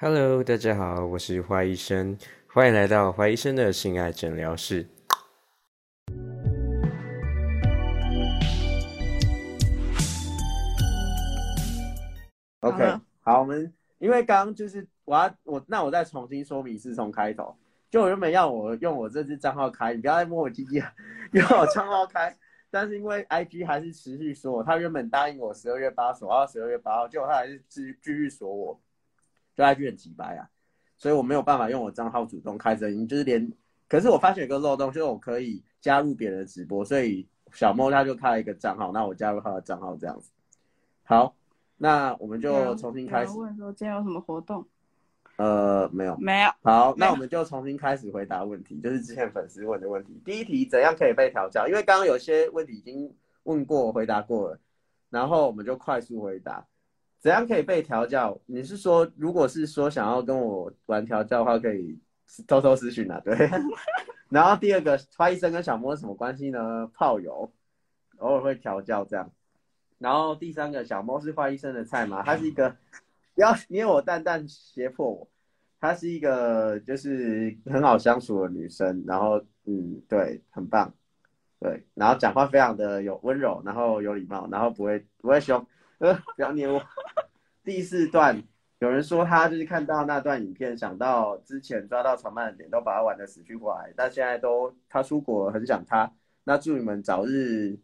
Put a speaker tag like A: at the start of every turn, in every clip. A: Hello，大家好，我是花医生，欢迎来到花医生的性爱诊疗室。
B: OK，
C: 好了
B: 好，我们因为刚刚就是我要我那我再重新说明是从开头，就我原本要我用我这支账号开，你不要再摸我鸡鸡啊，用我账号开，但是因为 IG 还是持续锁我，他原本答应我十二月八锁到十二月八号，结果他还是继续继续锁我，就 IG 很急白啊，所以我没有办法用我账号主动开声音，就是连，可是我发现有个漏洞，就是我可以加入别人的直播，所以小莫他就开了一个账号，那我加入他的账号这样子，好。那我们就重新开始
C: 有啊人。问说今天有什么活动？
B: 呃，没有。
C: 没有，
B: 好，
C: 没
B: 那
C: 有
B: 我们就重新开始回答问题，就是之前粉丝问的问题。第一题，怎样可以被调教？因为刚刚有些问题已经问过、回答过了，然后我们就快速回答。怎样可以被调教？你是说，如果是说想要跟我玩调教的话，可以偷偷私讯啊，对。 然后第二个，花医生跟小莫是什么关系呢？炮友，偶尔会调教这样。然后第三个，小猫是花医生的菜嘛？他是一个，不要捏我蛋蛋胁迫我。她是一个就是很好相处的女生，然后嗯，对，很棒，对，然后讲话非常的有温柔，然后有礼貌，然后不会不会凶，呃，不要捏我。第四段有人说他就是看到那段影片，想到之前抓到长曼的点，都把他玩的死去活来，但现在都他出国，很想他。那祝你们早日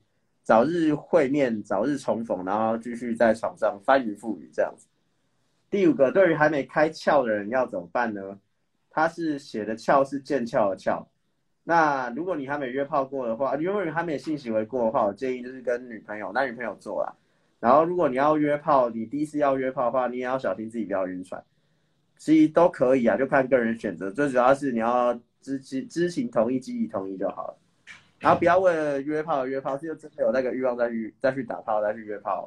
B: 早日会面，早日重逢，然后继续在床上翻云覆雨这样子。第五个，对于还没开窍的人要怎么办呢？他是写的窍是剑鞘的鞘。那如果你还没约炮过的话，如果你还没性行为过的话，我建议就是跟女朋友，男女朋友做啦。然后如果你要约炮，你第一次要约炮的话，你也要小心自己不要晕船。其实都可以啊，就看个人选择，最主要是你要知知知情同意、记忆同意就好了。然后不要为了约炮而约炮，是就真的有那个欲望再去再去打炮再去约炮哦。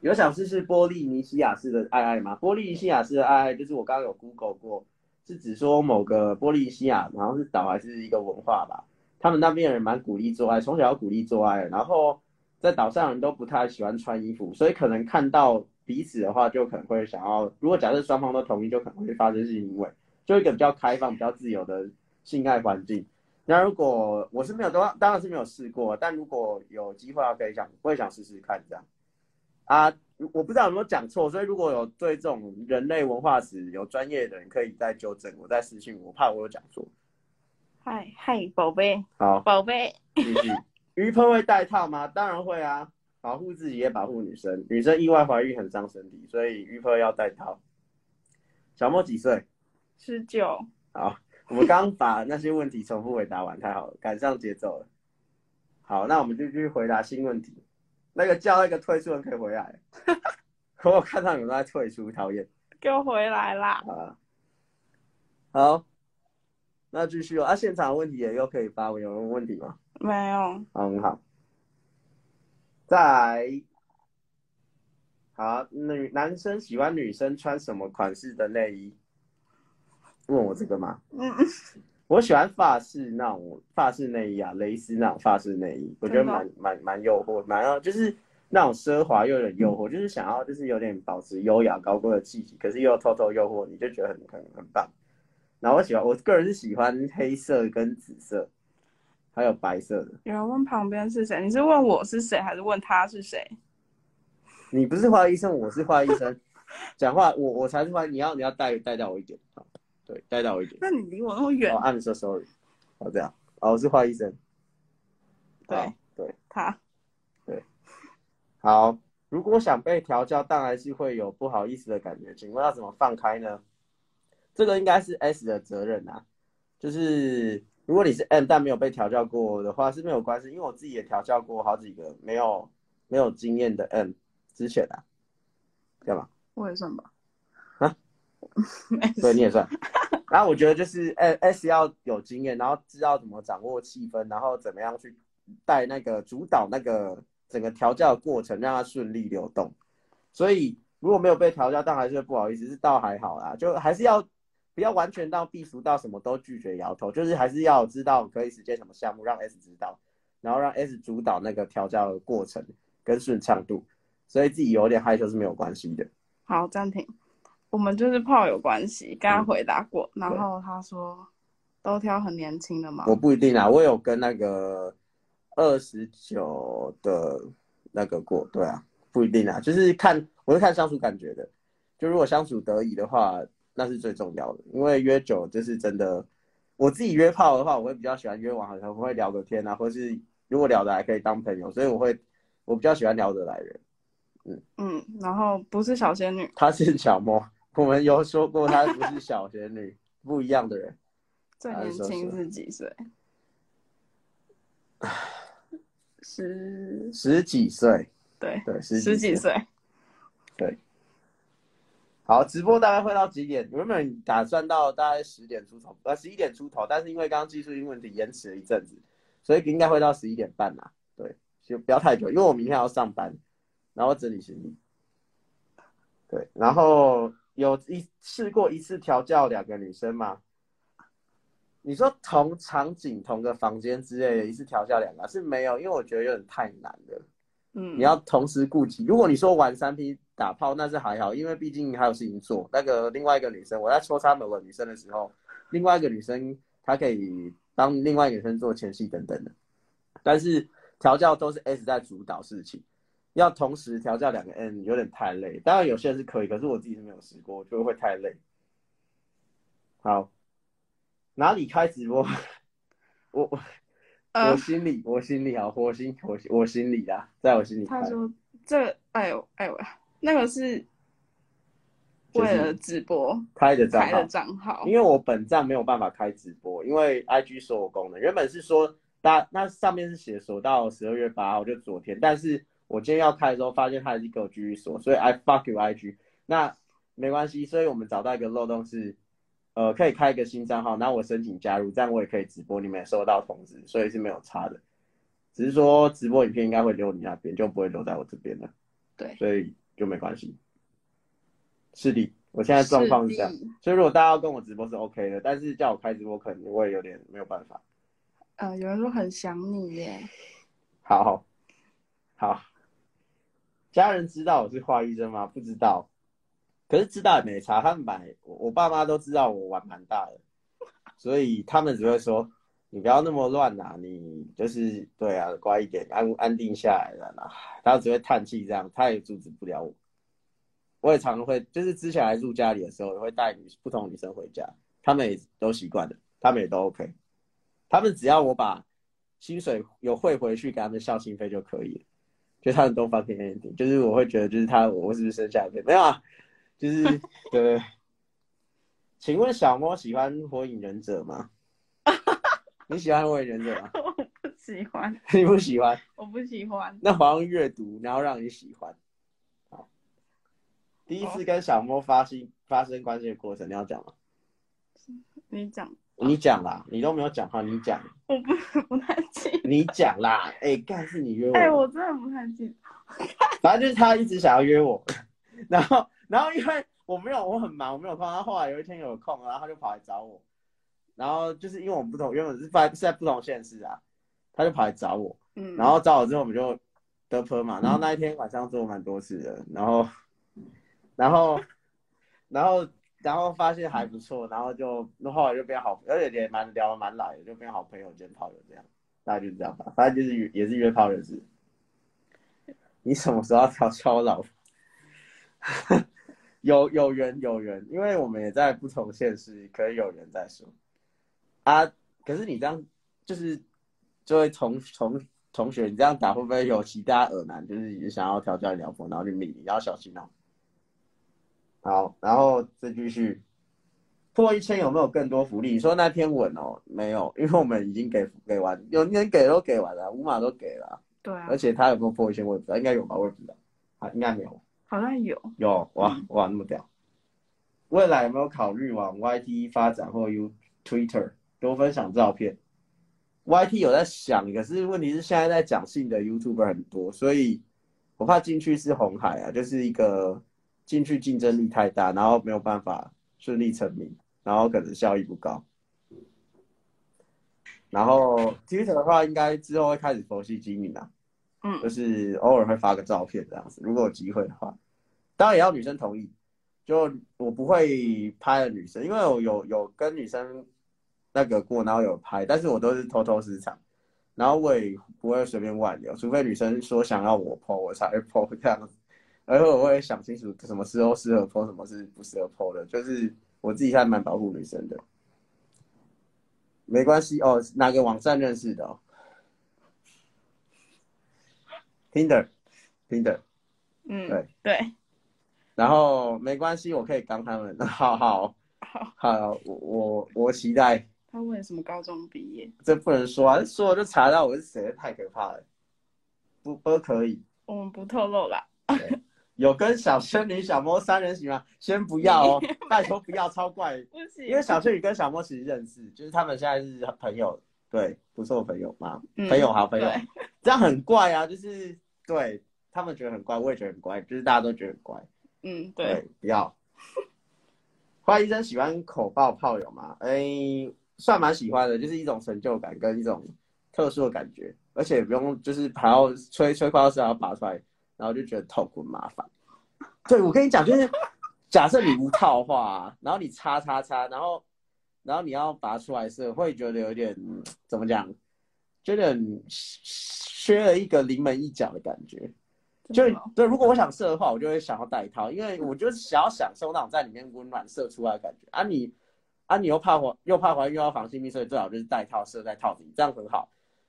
B: 有想试试波利尼西亚式的爱爱吗？波利尼西亚式的爱爱就是我刚刚有 Google 过，是指说某个波利尼西亚，然后是岛还是一个文化吧？他们那边人蛮鼓励做爱，从小要鼓励做爱，然后在岛上人都不太喜欢穿衣服，所以可能看到彼此的话，就可能会想要，如果假设双方都同意，就可能会发生性行为，就一个比较开放、比较自由的性爱环境。那如果我是没有，当当然是没有试过，但如果有机会的话，可以想，我也想试试看这样。啊，我不知道有没有讲错，所以如果有对这种人类文化史有专业的人，可以再纠正我，再私信我，怕我有讲错。
C: 嗨嗨，宝贝，
B: 好，
C: 宝贝，
B: 继续。鱼喷会戴套吗？当然会啊，保护自己也保护女生。女生意外怀孕很伤身体，所以鱼喷要戴套。小莫几岁？
C: 十九，
B: 好，我们刚把那些问题重复回答完，太好了，赶上节奏了。好，那我们就去回答新问题。那个叫那个退出的可以回来， 可我看到有人在退出，讨厌。
C: 给我回来啦！
B: 啊，好，那继续哦。啊，现场的问题也又可以发问，有人问问题吗？
C: 没有，
B: 好很好。再来，好，女男生喜欢女生穿什么款式的内衣？问我这个吗？
C: 嗯，
B: 我喜欢法式那种法式内衣啊，蕾丝那种法式内衣，我觉得
C: 真的哦
B: 蛮蛮蛮诱惑，蛮要就是那种奢华又有点诱惑，就是想要就是有点保持优雅高贵的气息，可是又偷偷诱惑你，就觉得很很很棒。然后我喜欢，我个人是喜欢黑色跟紫色，还有白色的。
C: 有人问旁边是谁？你是问我是谁，还是问他是谁？
B: 你不是花医生，我是花医生，讲话我我才是花，你要你要带带到我一点，好，对，带到我一点。
C: 那你离我那么远
B: 哦，，I'm so sorry，好这样，哦，我是花医生，
C: 对
B: 好对。啊
C: 他
B: 好，如果想被调教，当然是会有不好意思的感觉。请问要怎么放开呢？这个应该是 S 的责任啊，就是如果你是 M 但没有被调教过的话是没有关系，因为我自己也调教过好几个没有没有经验的 M 之前啊，干嘛？
C: 为什么？
B: 啊，
C: 没
B: 对，你
C: 事，
B: 也算。然后我觉得就是 S S 要有经验，然后知道怎么掌握气氛，然后怎么样去带那个主导那个整个调教的过程，让它顺利流动。所以如果没有被调教，但还是会不好意思，是倒还好啦，就还是要不要完全到避俗到什么都拒绝摇头，就是还是要知道可以实现什么项目，让 S 知道，然后让 S 主导那个调教的过程跟顺畅度，所以自己有点害羞是没有关系的。
C: 好，暂停。我们就是炮友关系，跟他
B: 嗯
C: 回答过，然
B: 对
C: 后他说都挑很年轻的嘛，
B: 我不一定啊，我有跟那个二十九的那个过，对啊，不一定啊，就是看我是看相处感觉的，就如果相处得宜的话，那是最重要的，因为约久就是真的，我自己约炮的话，我会比较喜欢约网，可能会聊个天啊，或是如果聊得来可以当朋友，所以我会我比较喜欢聊得来的人，
C: 嗯，然后不是小仙女，
B: 她是小莫， 我们有说过她不是小仙女，不一样的人。
C: 最
B: 他
C: 年
B: 是说
C: 轻
B: 什
C: 是 几岁？十
B: 十几岁，
C: 对，
B: 对，十
C: 十几岁。
B: 好，直播大概会到几点？原本打算到大概十点出头，呃，十一点出头，但是因为刚刚技术性问题延迟了一阵子，所以应该会到十一点半啦。对，就不要太久，因为我明天还要上班，然后整理行李。对，然后有一试过一次调教两个女生吗？你说同场景、同个房间之类的，一次调教两个是没有，因为我觉得有点太难了。
C: 嗯，
B: 你要同时顾及。如果你说玩三 P 打炮，那是还好，因为毕竟还有事情做。那个另外一个女生，我在戳插某个女生的时候，另外一个女生她可以帮另外一个女生做前戏等等的。但是调教都是 S 在主导事情，要同时调教两个 N 有点太累。当然有些人是可以，可是我自己是没有试过，我觉得会太累。好，哪里开直播？ 我我
C: 呃
B: 我，心里，我心里好，我心我心我心里啊，在我心里开。
C: 他说这个，哎呦哎呦，那个是
B: 就是
C: 为了直播
B: 开的账
C: 开的
B: 号，
C: 账号
B: 因，为我本站没有办法开直播，因为 IG 所有功能原本是说大那上面是写锁到十二月八号，就昨天，但是我今天要开的时候发现它已经给我继续锁，所以 I fuck you IG，那没关系，所以我们找到一个漏洞是，呃，可以开一个新账号，然后我申请加入，这样我也可以直播，你们也收到通知，所以是没有差的，只是说直播影片应该会留你那边，就不会留在我这边了，
C: 对
B: 所以就没关系。是的，我现在状况是这样
C: 是。的
B: 所以如果大家要跟我直播是 OK 的，但是叫我开直播可能我也有点没有办法。
C: 呃，有人说很想你耶，
B: 好好好，家人知道我是华医生吗？不知道，可是知道也没差。他们买我我爸妈都知道我玩蛮大的，所以他们只会说你不要那么乱啦、你就是对啊，乖一点，安安定下来了啦。他只会叹气这样，他也阻止不了我。我也常会，就是之前来住家里的时候，也会带女不同女生回家，他们也都习惯了，他们也都 OK。他们只要我把薪水有汇回去给他们孝心费就可以了，就他们都 fucking anything，就是我会觉得就是他我是不是生下来没有啊？就是对。请问小猫喜欢火影忍者吗？你喜欢火影忍者吗？
C: 我不喜欢，
B: 你不喜欢？
C: 我不喜欢，
B: 那我要用阅读，然后让你喜欢。好，第一次跟小莫发生发生关系的过程，你要讲吗？
C: 你讲，
B: 你讲啦，你都没有讲话，你讲，
C: 我不不太记得，
B: 你讲啦。哎、干是你约我的，
C: 哎，我真的不太记得，
B: 反正就是他一直想要约我，然后然后因为我没有我很忙，我没有空，他后来有一天有空，然后他就跑来找我，然后就是因为我们不同，原本是在是在不同县市啊，他就跑来找我，
C: 嗯，
B: 然后找我之后我们就得分嘛，然后那一天晚上做蛮多次的，然后，然后，然后，然后发现还不错，然后就后来就变好，而且也蛮聊得蛮来的，就变好朋友兼炮友这样，大概就是这样吧，反正就是约也是约炮认识。你什么时候要调教我老 婆？有有缘有缘，因为我们也在不同县市，可以有缘再说啊。可是你这样就是这位同同同学，你这样打会不会有其他耳男，就是也想要调教你老婆，然后就命你，要小心哦。好，然后再继续破一千有没有更多福利？你说那篇文哦，没有，因为我们已经给给完，有人给都给完了，五码都给了啊，
C: 对啊
B: 而，且他有没有破一千我也不知道，应该有吧，我也不知道，啊，应该没有，
C: 好像有，
B: 有哇哇那么屌。未来有没有考虑往 YT 发展或 U Twitter 多分享照片？YT 有在想，可是问题是现在在讲性的 YouTuber 很多，所以我怕进去是红海啊，就是一个进去竞争力太大，然后没有办法顺利成名，然后可能效益不高。然后 Twitter 的话，应该之后会开始佛系经营啊，
C: 嗯
B: 就是偶尔会发个照片这样子，如果有机会的话，当然也要女生同意。就我不会拍的女生，因为我有有跟女生那个过，然后有拍，但是我都是偷偷私藏，然后我也不会随便外流，除非女生说想要我 PO，我才会 PO 这样子。而且我会想清楚什么时候适合 PO，什么是不适合 PO 的，就是我自己还蛮保护女生的。没关系哦，哪个网站认识的、哦、？Tinder，Tinder，
C: 嗯，
B: 对
C: 对，
B: 然后没关系，我可以刚他们。 好好
C: 好。
B: 好，我我我期待，
C: 他问什么高中毕业？
B: 这不能说啊，说了就查到我是谁，太可怕了。不不可以，
C: 我们不透露啦。
B: 有跟小仙女、小猫三人行吗？先不要 哦，拜托不要，超怪。
C: 不行，
B: 因为小仙女跟小猫其实认识，就是他们现在是朋友，对，不错的朋友嘛，
C: 嗯
B: 朋友好朋友
C: 对，
B: 这样很怪啊，就是对他们觉得很怪，我也觉得很怪，就是大家都觉得很怪。
C: 嗯，对，，
B: 不要。花医生喜欢口爆炮友吗？哎、算蛮喜欢的，就是一种成就感跟一种特殊的感觉，而且也不用就是还要吹吹快要是还要拔出来，然后就觉得痛苦麻烦。对，我跟你讲，就是假设你无套的话，然后你擦擦擦，然后然后你要拔出来是会觉得有点嗯怎么讲，有点缺了一个临门一脚的感觉。就
C: 真的哦
B: 对，如果我想射的话，我就会想要戴套，因为我就是想要享受那种在里面温暖射出来的感觉。啊你，啊你又怕怀又怕怀孕又要防性病，所以最好就是戴套射在套子里，这样很好。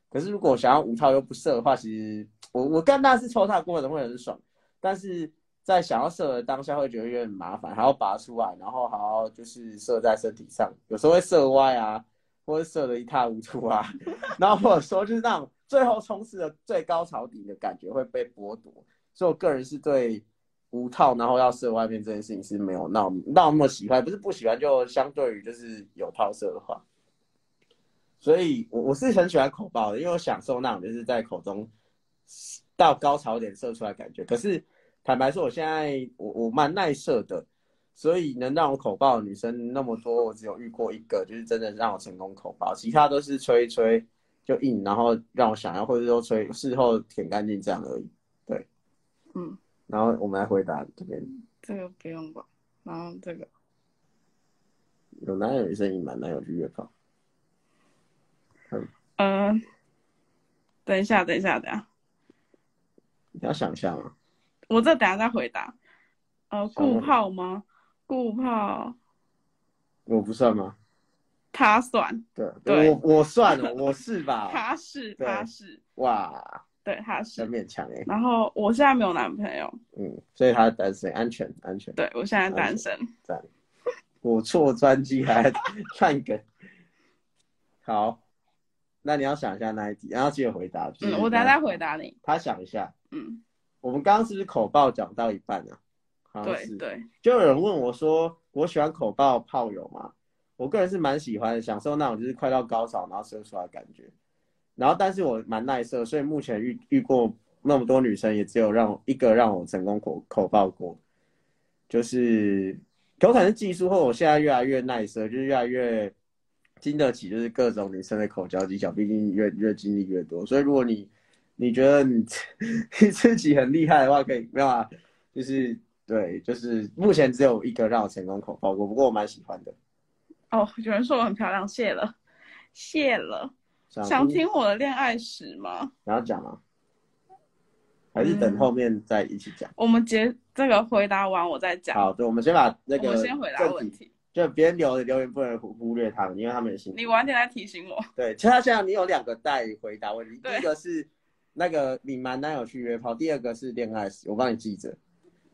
B: 可是如果我想要无套又不射的话，其实我我干那是抽套过程会很爽，但是在想要射的当下会觉得有点麻烦，还要拔出来，然后还要就是射在身体上，有时候会射歪啊，或者射的一塌糊涂啊， 然后或者说就是那种最后冲刺的最高潮点的感觉会被剥夺。所以我个人是对无套然后要射外面这件事情是没有那么那么喜欢，不是不喜欢，就相对于就是有套射的话，所以我我是很喜欢口爆的，因为我享受那种就是在口中到高潮点射出来的感觉。可是坦白说，我现在我我蛮耐射的。所以能让我口爆的女生那么多，我只有遇过一个，就是真的让我成功口爆，其他都是吹一吹就硬，然后让我想要，或者说吹事后舔干净这样而已。
C: 嗯，
B: 然后我们来回答这边
C: 这个不用管。然后这个
B: 有男友女生隐瞒男友去约炮，
C: 呃，等一下，等一下，等一下，
B: 你要想一下嘛。
C: 我这等一下再回答。呃，
B: 好
C: 顾炮吗？顾炮
B: 我不算吗？
C: 他算，
B: 对，
C: 对
B: 我我算了，我是 吧？
C: 他是
B: 对
C: 他是，
B: 哇，
C: 对他
B: 很
C: 是。
B: 勉强哎、
C: 然后我现在没有男朋友，
B: 嗯，所以他单身，安全安全。
C: 对我现在单身。嗯
B: 我错专辑还看梗。好，那你要想一下那一题，然后记得回答。就是
C: 嗯，我等一下再回。答你。
B: 他想一下，
C: 嗯，
B: 我们刚刚是不是口爆讲到一半啊？好像
C: 对
B: 是。
C: 对，
B: 就有人问我说，我喜欢口爆炮友吗？我个人是蛮喜欢的，享受那种就是快到高潮然后射出来的感觉。然后，但是我蛮耐射，所以目前遇遇过那么多女生，也只有让我一个让我成功口口爆过，就是有可能是技术后，我现在越来越耐射，就是越来越经得起就是各种女生的口交技巧，毕竟越越经历越多。所以如果你你觉得你 你自己很厉害的话，可以没有啊，就是对，就是目前只有一个让我成功口爆过，不过我蛮喜欢的。
C: 哦，有人说我很漂亮，谢了，谢了。
B: 想
C: 想听我的恋爱史吗？
B: 然后讲吗？还
C: 嗯
B: 是等后面再一起讲？
C: 我们结这个回答完我再讲。
B: 好，对，我们先把那个
C: 我先回答
B: 正
C: 问
B: 题，
C: 题，
B: 就别人留的留言不能忽忽略他们，因为他们也辛苦。
C: 你晚点来提醒我。
B: 对，其实他现在你有两个待回答问题，第
C: 对
B: 一个是那个隐瞒男友去约炮，第二个是恋爱史，我帮你记着，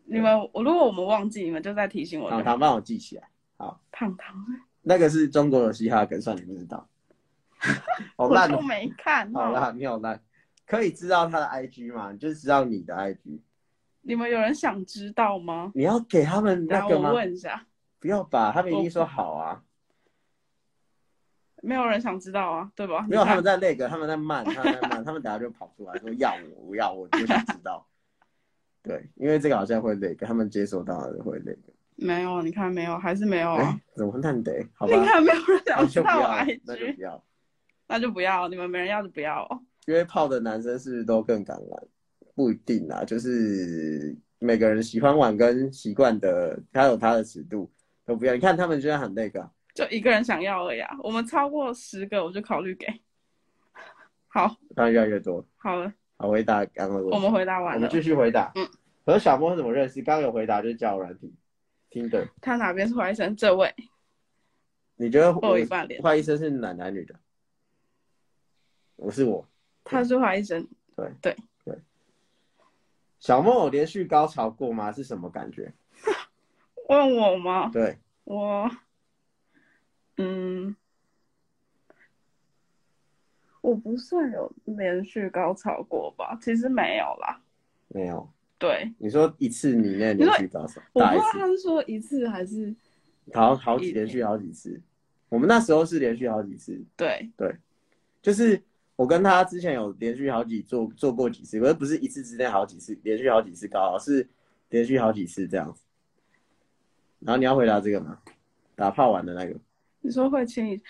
C: 你们我如果我们忘记，你们就再提醒我就
B: 糖
C: 好。
B: 糖帮我记起来。
C: 胖胖，
B: 那个是中国有嘻哈梗，算你不知 道，好
C: 我
B: 烂
C: 就
B: 哦。
C: 没看
B: 好
C: 哦。
B: 啦，你好烂，可以知道他的 IG 吗？就是知道你的 IG，
C: 你们有人想知道吗？
B: 你要给他们
C: 然
B: 那
C: 后
B: 个
C: 我
B: 吗？
C: 问一下，哦
B: 不要吧，他们一定说好啊。
C: 没有人想知道啊，对吧？
B: 没有，
C: 你看
B: 他们在那个，他们在慢，他们在慢，他们等下就跑出来说要我，我要我，我想知道。对，因为这个好像会那个，他们接收到的会那个。
C: 没有，啊你看没有，还是没有
B: 哎、
C: 啊？
B: 怎么那得？哎好吧
C: 你，看没有人
B: 那
C: 想知
B: 就不
C: 道我
B: 要，那就
C: IG，
B: 不要。
C: 那就不要，你们没人要就不要哦。
B: 约炮的男生是不是都更敢玩？不一定啊，就是每个人喜欢玩跟习惯的，他有他的尺度，都不要。你看他们就在喊那个啊、
C: 就一个人想要而已啊。我们超过十个，我就考虑给。 好，
B: 当然越来越多。
C: 好了，
B: 好，回答刚刚的问题
C: 我们回答完
B: 我
C: 了
B: 们。继续回答。
C: 嗯，
B: 和小莫是怎么认识？刚刚有回答就是交友软体，听的。
C: 他哪边是坏生？这位
B: 你觉得
C: 哦我有一半脸，
B: 坏医生是男男女的？我是我。
C: 他是坏生，
B: 小莫有连续高潮过吗？是什么感觉？
C: 问我吗？
B: 对，
C: 我，嗯，我不算有连续高潮过吧，其实没有啦。
B: 没有。
C: 对，
B: 你说一次你那连续高潮，
C: 我不
B: 打
C: 知
B: 一
C: 道
B: 次，
C: 他是说一次还是
B: 好好几连续好几次。我们那时候是连续好几次，
C: 对，
B: 就是我跟他之前有连续好几做做过几次，可是不是一次之内好几次，连续好几次高潮，是连续好几次这样子。然后你要回答这个吗？打炮完的那个
C: 你说会亲一，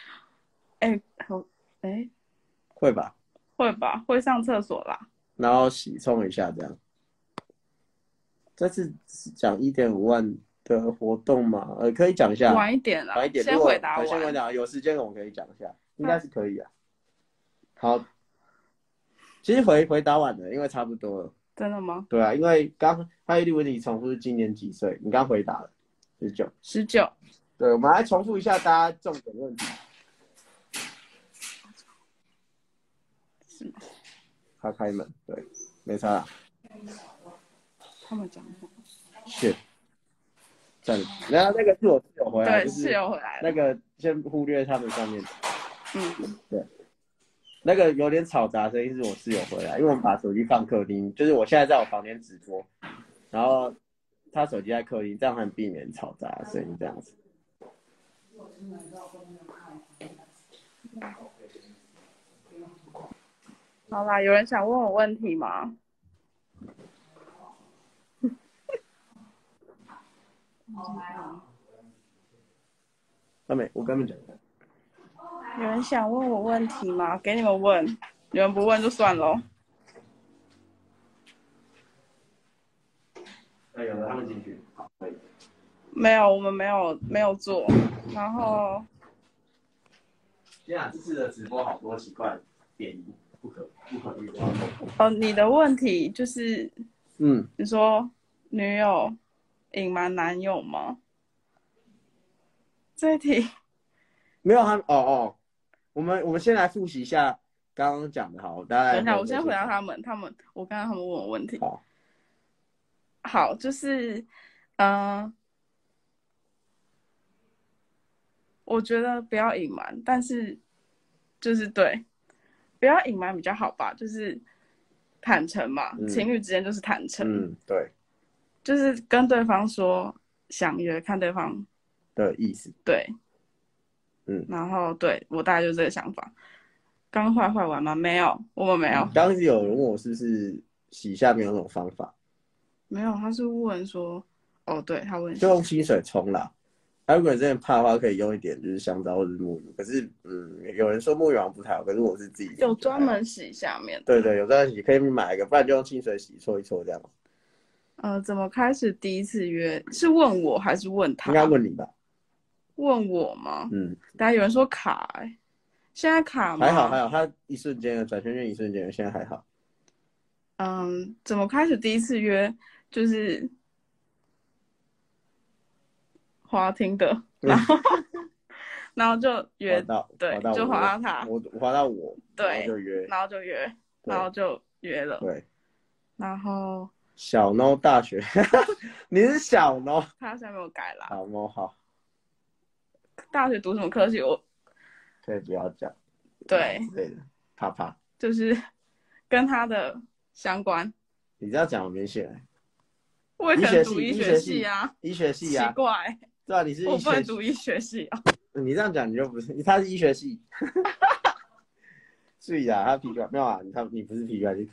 C: 哎、好，哎、
B: 会吧？
C: 会吧，会上厕所啦。
B: 然后洗冲一下这样。这次讲一点五万的活动嘛，呃，可以讲一下，
C: 晚一点啦，
B: 晚一点，
C: 先
B: 如果
C: 回答
B: 对先回
C: 完。
B: 答，有时间我们可以讲一下，应该是可以啊。好，其实回回答完了，因为差不多了。
C: 真的吗？
B: 对啊，因为刚他一问你重复是今年几岁，你刚回答了十九。
C: 十九，
B: 对，我们来重复一下大家重点问题。
C: 是吗？
B: 他开门，对，没差啦。
C: 他们讲过。
B: 是，算了，然后那个是我室友回来，
C: 对，
B: 就是
C: 室友回来了。
B: 那个先忽略他们上面的
C: 嗯，
B: 那个有点吵杂声音，是我室友回来，因为我们把手机放客厅，就是我现在在我房间直播，然后他手机在客厅，这样很避免吵杂的声音，这样子。
C: 好啦，有人想问我问题吗？
B: 他没，我跟他们讲，
C: 有人想问我问题吗？给你们问，有人不问就算喽。
B: 那哎有的他们进去，
C: 没有，我们没有没有做。然后
B: 天啊，这次的直播好多奇怪的点移，不可不可预料。
C: 哦，你的问题就是
B: 嗯，
C: 你说女友隐瞒男友吗？这一题
B: 没有他们，哦哦，我们我们先来复习一下刚刚讲的，好，大家来
C: 等一下，我先回答他们。他们，我刚刚他们问我问题。
B: 好，
C: 好，就是，嗯，我觉得不要隐瞒，但是就是对，不要隐瞒比较好吧，就是坦诚嘛，
B: 嗯
C: 情侣之间就是坦诚，
B: 嗯，对
C: 就是跟对方说想约，看对方
B: 的意思，
C: 对，
B: 嗯
C: 然后对我大概就这个想法。刚坏坏完吗？没有，我们没有，
B: 刚刚是有人问我是不是洗下面有那种方法。
C: 没有，他是问说，哦，对他问
B: 就用清水冲啦。啊，如果你真的怕的话，可以用一点就是香皂或者是沐浴。可是，嗯，有人说沐浴好像不太好，可是我是自己
C: 有专门洗下面的。
B: 对对，有专门洗可以买一个，不然就用清水洗搓一搓这样。
C: 呃，怎么开始第一次约？是问我还是问他？
B: 应该问你吧，
C: 问我吗？
B: 嗯，
C: 大家有人说卡、欸，现在卡吗？
B: 还好还。好，他一瞬间的转圈圈，一瞬间的，现在还好。
C: 嗯，怎么开始第一次约？就是滑 听的，
B: 嗯
C: 然后 然后就
B: 滑
C: 约，
B: 到
C: 对
B: 滑到
C: 就
B: 我
C: 滑到他
B: 我滑到我，
C: 对
B: 然后就约，
C: 然后就约，
B: 对
C: 然后就约了，
B: 对，
C: 然后
B: 小 no 大学， 你是小 no，
C: 他现在没有改啦。
B: 好 no 好，
C: 大学读什么科系？我
B: 可以不要讲，
C: 对，
B: 之类的，怕怕，
C: 就是 跟他的相关。
B: 你这样讲我没写来，
C: 我也可
B: 医学
C: 能
B: 系
C: 读医
B: 医
C: 学
B: 学
C: 系
B: 系
C: 啊，
B: 医学系啊
C: 奇，怪。
B: 对啊，你是
C: 我
B: 医
C: 不能
B: 学系
C: 读医学系啊。
B: 你这样讲，你就不是他是医学系， 所以啊，他皮管没有啊，他你不是皮管，你是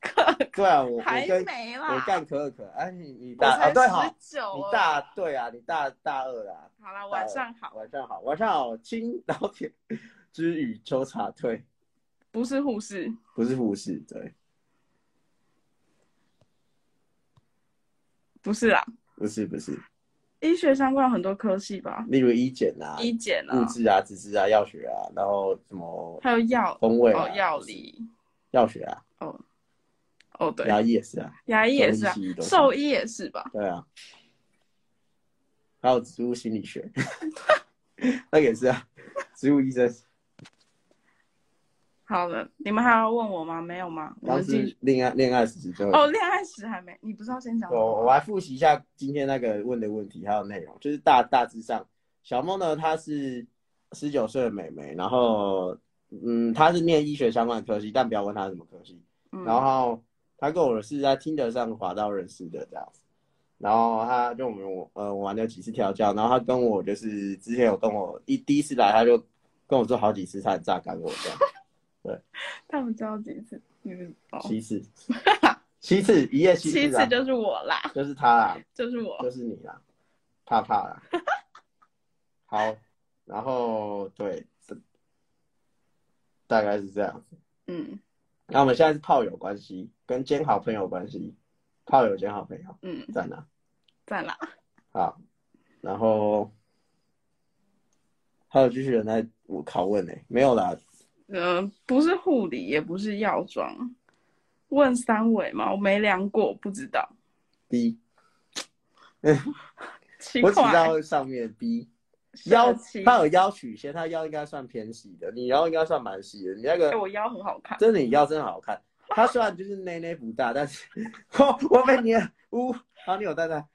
B: 可可。对啊，我我
C: 还
B: 跟
C: 没
B: 我
C: 啦，
B: 干可可，哎、你你
C: 我
B: 大啊
C: 才
B: 对好，
C: 十九。哦
B: 你大对啊，你大大二啦、
C: 好啦，晚上
B: 啊，
C: 好，
B: 晚上好，晚上好，青老铁之雨秋茶退，
C: 不是护士，
B: 不是护士，对，
C: 不是啦，
B: 不是不是，
C: 医学相关有很多科系吧，
B: 例如医检啊、
C: 医检
B: 物
C: 啊，
B: 质啊、脂质啊、药学啊，然后什么
C: 还有药
B: 风味
C: 哦
B: 啊、，
C: 药理
B: 药学啊，
C: 哦，哦对，
B: 牙医也是啊，
C: 牙医也是啊
B: 兽医系都，是
C: 兽医也是吧？
B: 对啊，还有植物心理学， 那个也是啊，植物医生，
C: 好了，你们还要问我吗？没有吗？我
B: 当
C: 们继续。
B: 时恋爱恋爱时期最后一题
C: 哦，恋爱史还没，你不是要先讲吗？
B: 我我来复习一下今天那个问的问题还有内容，就是大大致上，小梦呢她是十九岁的妹妹，然后嗯她是念医学相关的科系，但不要问她什么科系。
C: 嗯
B: 然后她跟我是在听得上滑到认识的这样子，然后她就我们我呃我玩了几次调教，然后她跟我就是之前有跟我一第一次来她就跟我说好几次她很榨干我 这样，
C: 他们交几次？你们哦，
B: 七次，七次一夜七
C: 七
B: 次
C: 次
B: 啊，
C: 就是我啦，
B: 就是她啦。
C: 就是我。
B: 就是你啦，怕怕啦。好，然后对，这大概是这样。
C: 嗯
B: 那我们现在是炮友关系，跟兼好朋友关系，炮友兼好朋友
C: 嗯，
B: 在哪？
C: 赞啦。
B: 好，然后还有继续有人在我拷问呢、欸没有啦，
C: 呃，不是护理，也不是药妆。问三围吗？我没量过，不知道。
B: B，
C: 奇
B: 我
C: 怪
B: 只，知道上面 B 腰
C: 小七，，
B: 他有腰曲线，他腰应该算偏细的，你腰应该算蛮细的，你那个
C: 哎，我腰很好 看。
B: 真的你腰真的好看。她虽然就是内内不大，但是我我被你呜，好你有蛋蛋，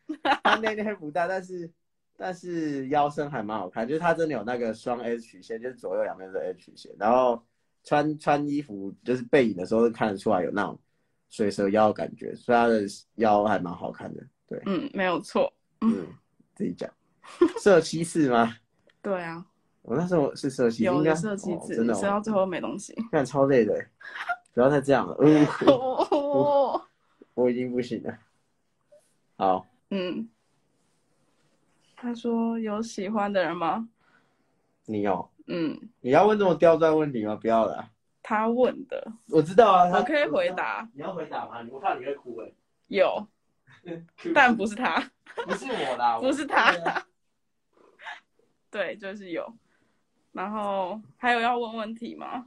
B: 她内内不大，但是但是腰身还蛮好看，就是她真的有那个双 S 曲线，就是左右两边的 S 曲线，然后穿穿衣服就是背影的时候看得出来有那种水蛇腰的感觉，所以她的腰还蛮好看的。对，
C: 嗯，没有错。
B: 嗯，自己讲，射七次吗？
C: 对啊，
B: 我那时候是射七次，
C: 有
B: 应该
C: 的射七
B: 哦
C: 次，
B: 真
C: 你
B: 的、
C: 吃到
B: 哦，
C: 最后没东西。
B: 看超累的，不要再这样了，嗯。
C: 哦，
B: 我已经不行了。好，
C: 嗯，他说有喜欢的人吗？
B: 你有
C: 嗯，
B: 你要问这么刁钻问题吗？不要了，
C: 他问的，
B: 我知道啊。他
C: 我可以回。答
B: 你要回答吗？我怕你会哭哎。
C: 有，但不是他，
B: 不是我啦，
C: 不是他。对，就是有。然后还有要问问题吗？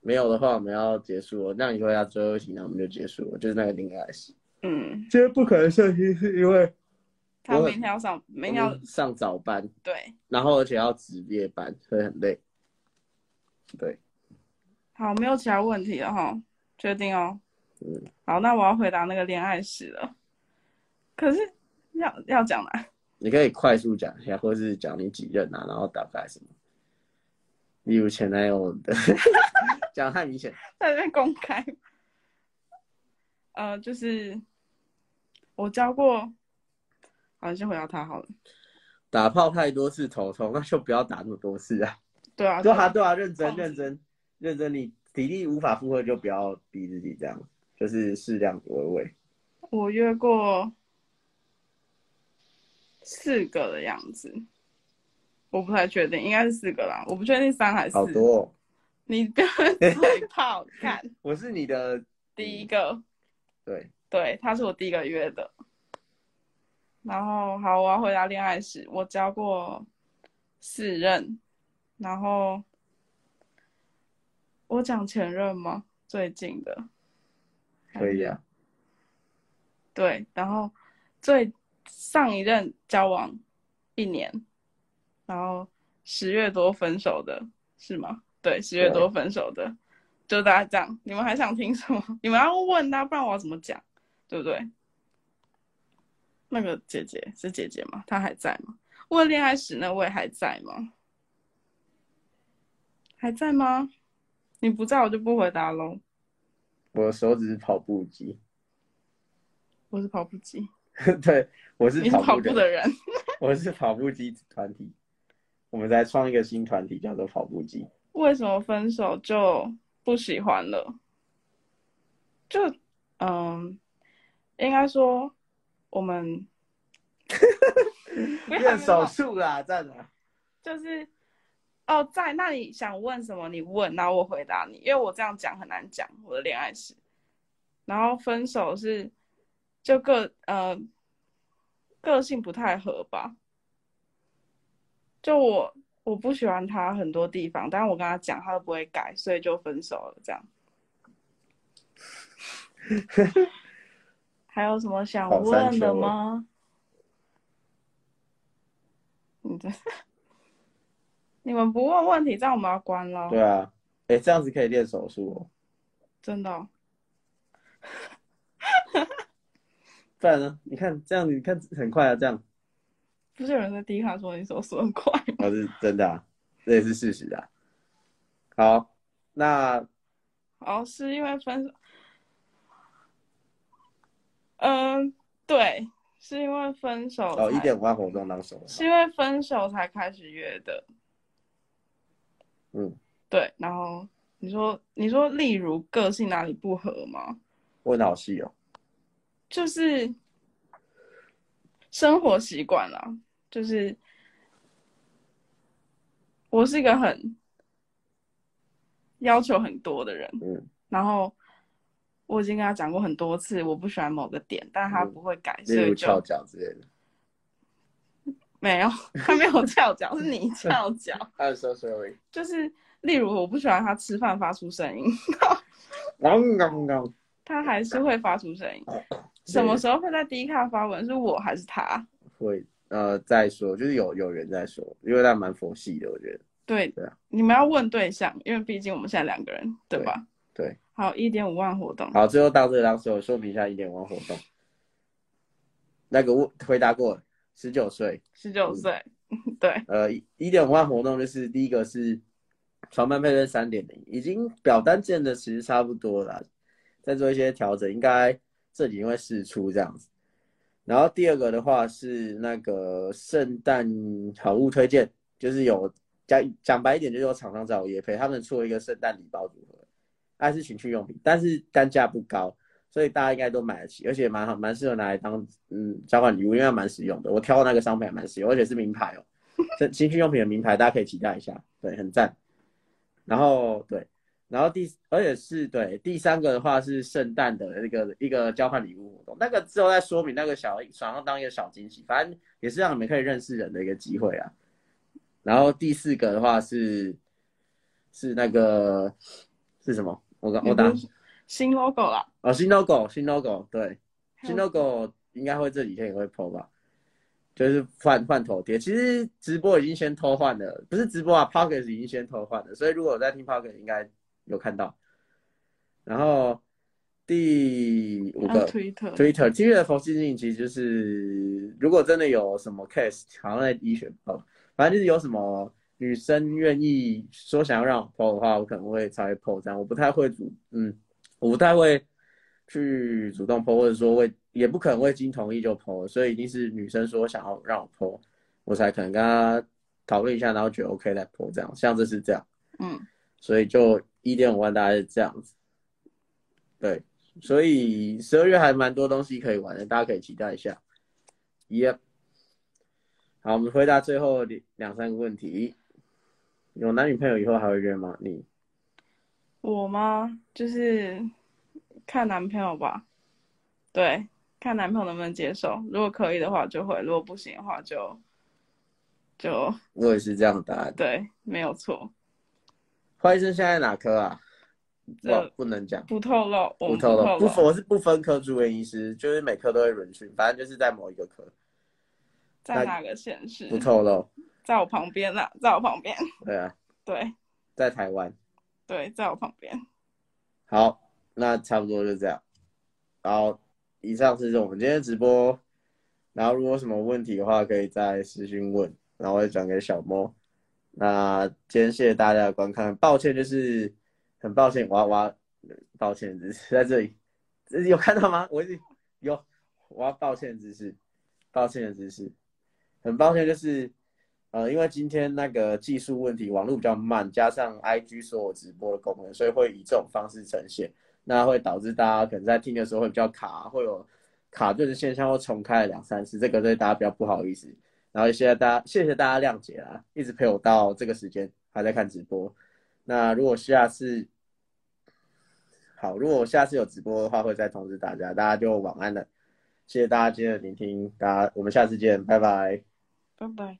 B: 没有的话，我们要结束哦了。那你回答最后一题，那我们就结束了，就是那个恋爱史。
C: 嗯，
B: 今天不可能上题，是因为
C: 他
B: 我
C: 明天要上，明天
B: 我
C: 要
B: 们上早班，
C: 对。
B: 然后而且要值夜班，所以很累。对，
C: 好，没有其他问题了哈，确定哦。
B: 嗯
C: 好，那我要回答那个恋爱史了。可是要要讲哪？
B: 你可以快速讲一下，或是讲你几任啊，然后大概什么，例如前男友的， 讲得太明显。
C: 在这边公开。呃，就是我教过，好，你先回答他好了。
B: 打炮太多次头痛， 那就不要打那么多次啊。
C: 对啊，
B: 对啊，对啊，认真
C: 控制
B: 认真认真，你体力无法负荷就不要逼自己这样，就是适量而为。
C: 我约过四个的样子，我不太确定，应该是四个啦，我不确定三还是
B: 好
C: 四。
B: 多、哦，
C: 你 不要嘴炮，看
B: 我是你的
C: 第一个，
B: 对，
C: 对，他是我第一个约的。然后好，我要回答恋爱史，我交过四任，然后我讲前任吗？最近的
B: 可以啊。
C: 对，然后最上一任交往一年，然后十月多分手的，是吗？对，十月多分手的，就大家这样。你们还想听什么？ 你们要问他，不然我要怎么讲，对不对？那个姐姐是姐姐吗？她还在吗？问恋爱史那位还在吗？还在吗？你不在我就不回答喽。
B: 我的手指是跑步机，
C: 我是跑步机，
B: 对，我是
C: 你是
B: 跑
C: 跑
B: 步
C: 步
B: 的，
C: 的人。
B: 我是跑步机团体。我们在创一个新团体，叫做跑步机。
C: 为什么分手就不喜欢了？就嗯，应该说我们不要
B: 练手术啦，啊站长。
C: 就是哦，在那你想问什么你问，然后我回答你，因为我这样讲很难讲我的恋爱史。然后分手是就个呃个性不太合吧，就我我不喜欢他很多地方，但是我跟他讲他都不会改，所以就分手了这样。还有什么想问的吗？你这你们不问问题，这样我们要关了，
B: 对啊，哎、这样子可以练手速哦，
C: 真的哦、
B: 不然呢？你看这样子，你看很快啊，这样，
C: 不是有人在第一看说你手速很快吗？
B: 我、是真的、啊，这也是事实啊。好，那
C: 哦，是因为分手，嗯、对，是因为分手
B: 哦，
C: 才
B: 一点五万活动当首，
C: 是因为分手才开始约的，
B: 嗯，
C: 对。然后你说，你说，例如个性哪里不合吗？
B: 问得好细哦，
C: 就是生活习惯啦，就是我是一个很要求很多的人，
B: 嗯，
C: 然后我已经跟他讲过很多次，我不喜欢某个点，但他
B: 嗯
C: 不会改，所
B: 例如
C: 以
B: 翘
C: 就
B: 脚之类的。
C: 没有，他没有翘脚，是你翘 脚，
B: I'm so sorry。
C: 就是例如我不喜欢他吃饭发出声音，
B: 刚刚刚，
C: 他还是会发出声音。什么时候会在第一看发文？是我还是他？
B: 会呃再说，就是有有人在说，因为那蛮佛系的，我觉得。
C: 对，
B: 对啊
C: 你们要问对象，因为毕竟我们现在两个人，对吧？
B: 对，
C: 好，一点五万活动。
B: 好，最后到这当时我说明一下一点网活动。那个我回答过，十九岁，
C: 十
B: 嗯
C: 九岁， 对，
B: 呃，一点万活动就是第一个是床班配对三点零，已经表单建的其实差不多了，再做一些调整，应该这几天会试出这样子。然后第二个的话是那个圣诞好物推荐，就是有讲讲白一点，就是有厂商找我也配，他们出一个圣诞礼包组合，它是情趣用品，但是单价不高，所以大家应该都买得起，而且蛮好，蛮适合拿来当嗯交换礼物，因为它蛮实用的。我挑的那个商品还蛮实用，而且是名牌哦。 这情趣用品的名牌，大家可以期待一下，对，很赞。然后对，然后第而且是对第三个的话是圣诞的那个一个交换礼物活动，那个之后再说明那个小想要当一个小惊喜，反正也是让你们可以认识人的一个机会啊。然后第四个的话是是那个是什么？我刚我打
C: 你不是新 logo 啦，
B: 哦新 logo 新 logo 对
C: 还有
B: 新 logo 应该会这几天也会 PO 吧，就是换换头贴。其实直播已经先偷换了，不是直播啊，Pocket 已经先偷换了，所以如果有在听 Pocket 应该有看到。然后第五
C: 还有
B: 个
C: Twitter，
B: Twitter TFO 基金其实就是，如果真的有什么 case，好像在医学报，反正就是有什么女生愿意说想要让我 PO 的话，我可能会才会 PO 这样。我不太会主，嗯，我不太会去主动 PO，或者说会也不可能未经同意就 PO，所以一定是女生说想要让我 PO，我才可能跟她讨论一下，然后觉得 OK 再 PO 这样。像这是这样，
C: 嗯，
B: 所以就一点五万大概是这样子。对，所以十二月还蛮多东西可以玩的，大家可以期待一下。Yep，好，我们回答最后两两三个问题。有男女朋友以后还会约吗？你
C: 我吗？就是看男朋友吧，对，看男朋友能不能接受，如果可以的话就会，如果不行的话就就
B: 我也是这样答案。
C: 对，没有错，
B: 花医生现在哪科啊？
C: 这
B: 不，不能讲，
C: 不透露，我
B: 不
C: 们
B: 透露。
C: 透
B: 不，我是不分科住院医师，就是每科都会轮训，反正就是在某一个科，
C: 在哪个县市？
B: 不透露。
C: 在我旁边啦，在我旁边，
B: 对啊，
C: 对
B: 在台湾。
C: 对，在我旁边。
B: 好，那差不多就这样。然后以上是我们今天的直播。然后如果有什么问题的话，可以在私信问，然后我会转给小猫。那今天谢谢大家的观看，抱歉，就是很抱歉，我要我要抱歉的知识在这里，这有看到吗？我一直有，我要抱歉的知识，抱歉的知识，很抱歉，就是呃，因为今天那个技术问题，网络比较慢，加上 IG 所有直播的功能，所以会以这种方式呈现，那会导致大家可能在听的时候会比较卡，会有卡顿的现象，或重开了两三次，这个对大家比较不好意思。然后谢谢大家，谢谢大家谅解啦，一直陪我到这个时间还在看直播。那如果下次好，如果我下次有直播的话，会再通知大家。大家就晚安了，谢谢大家今天的聆听，大家我们下次见，拜拜。
C: 拜拜。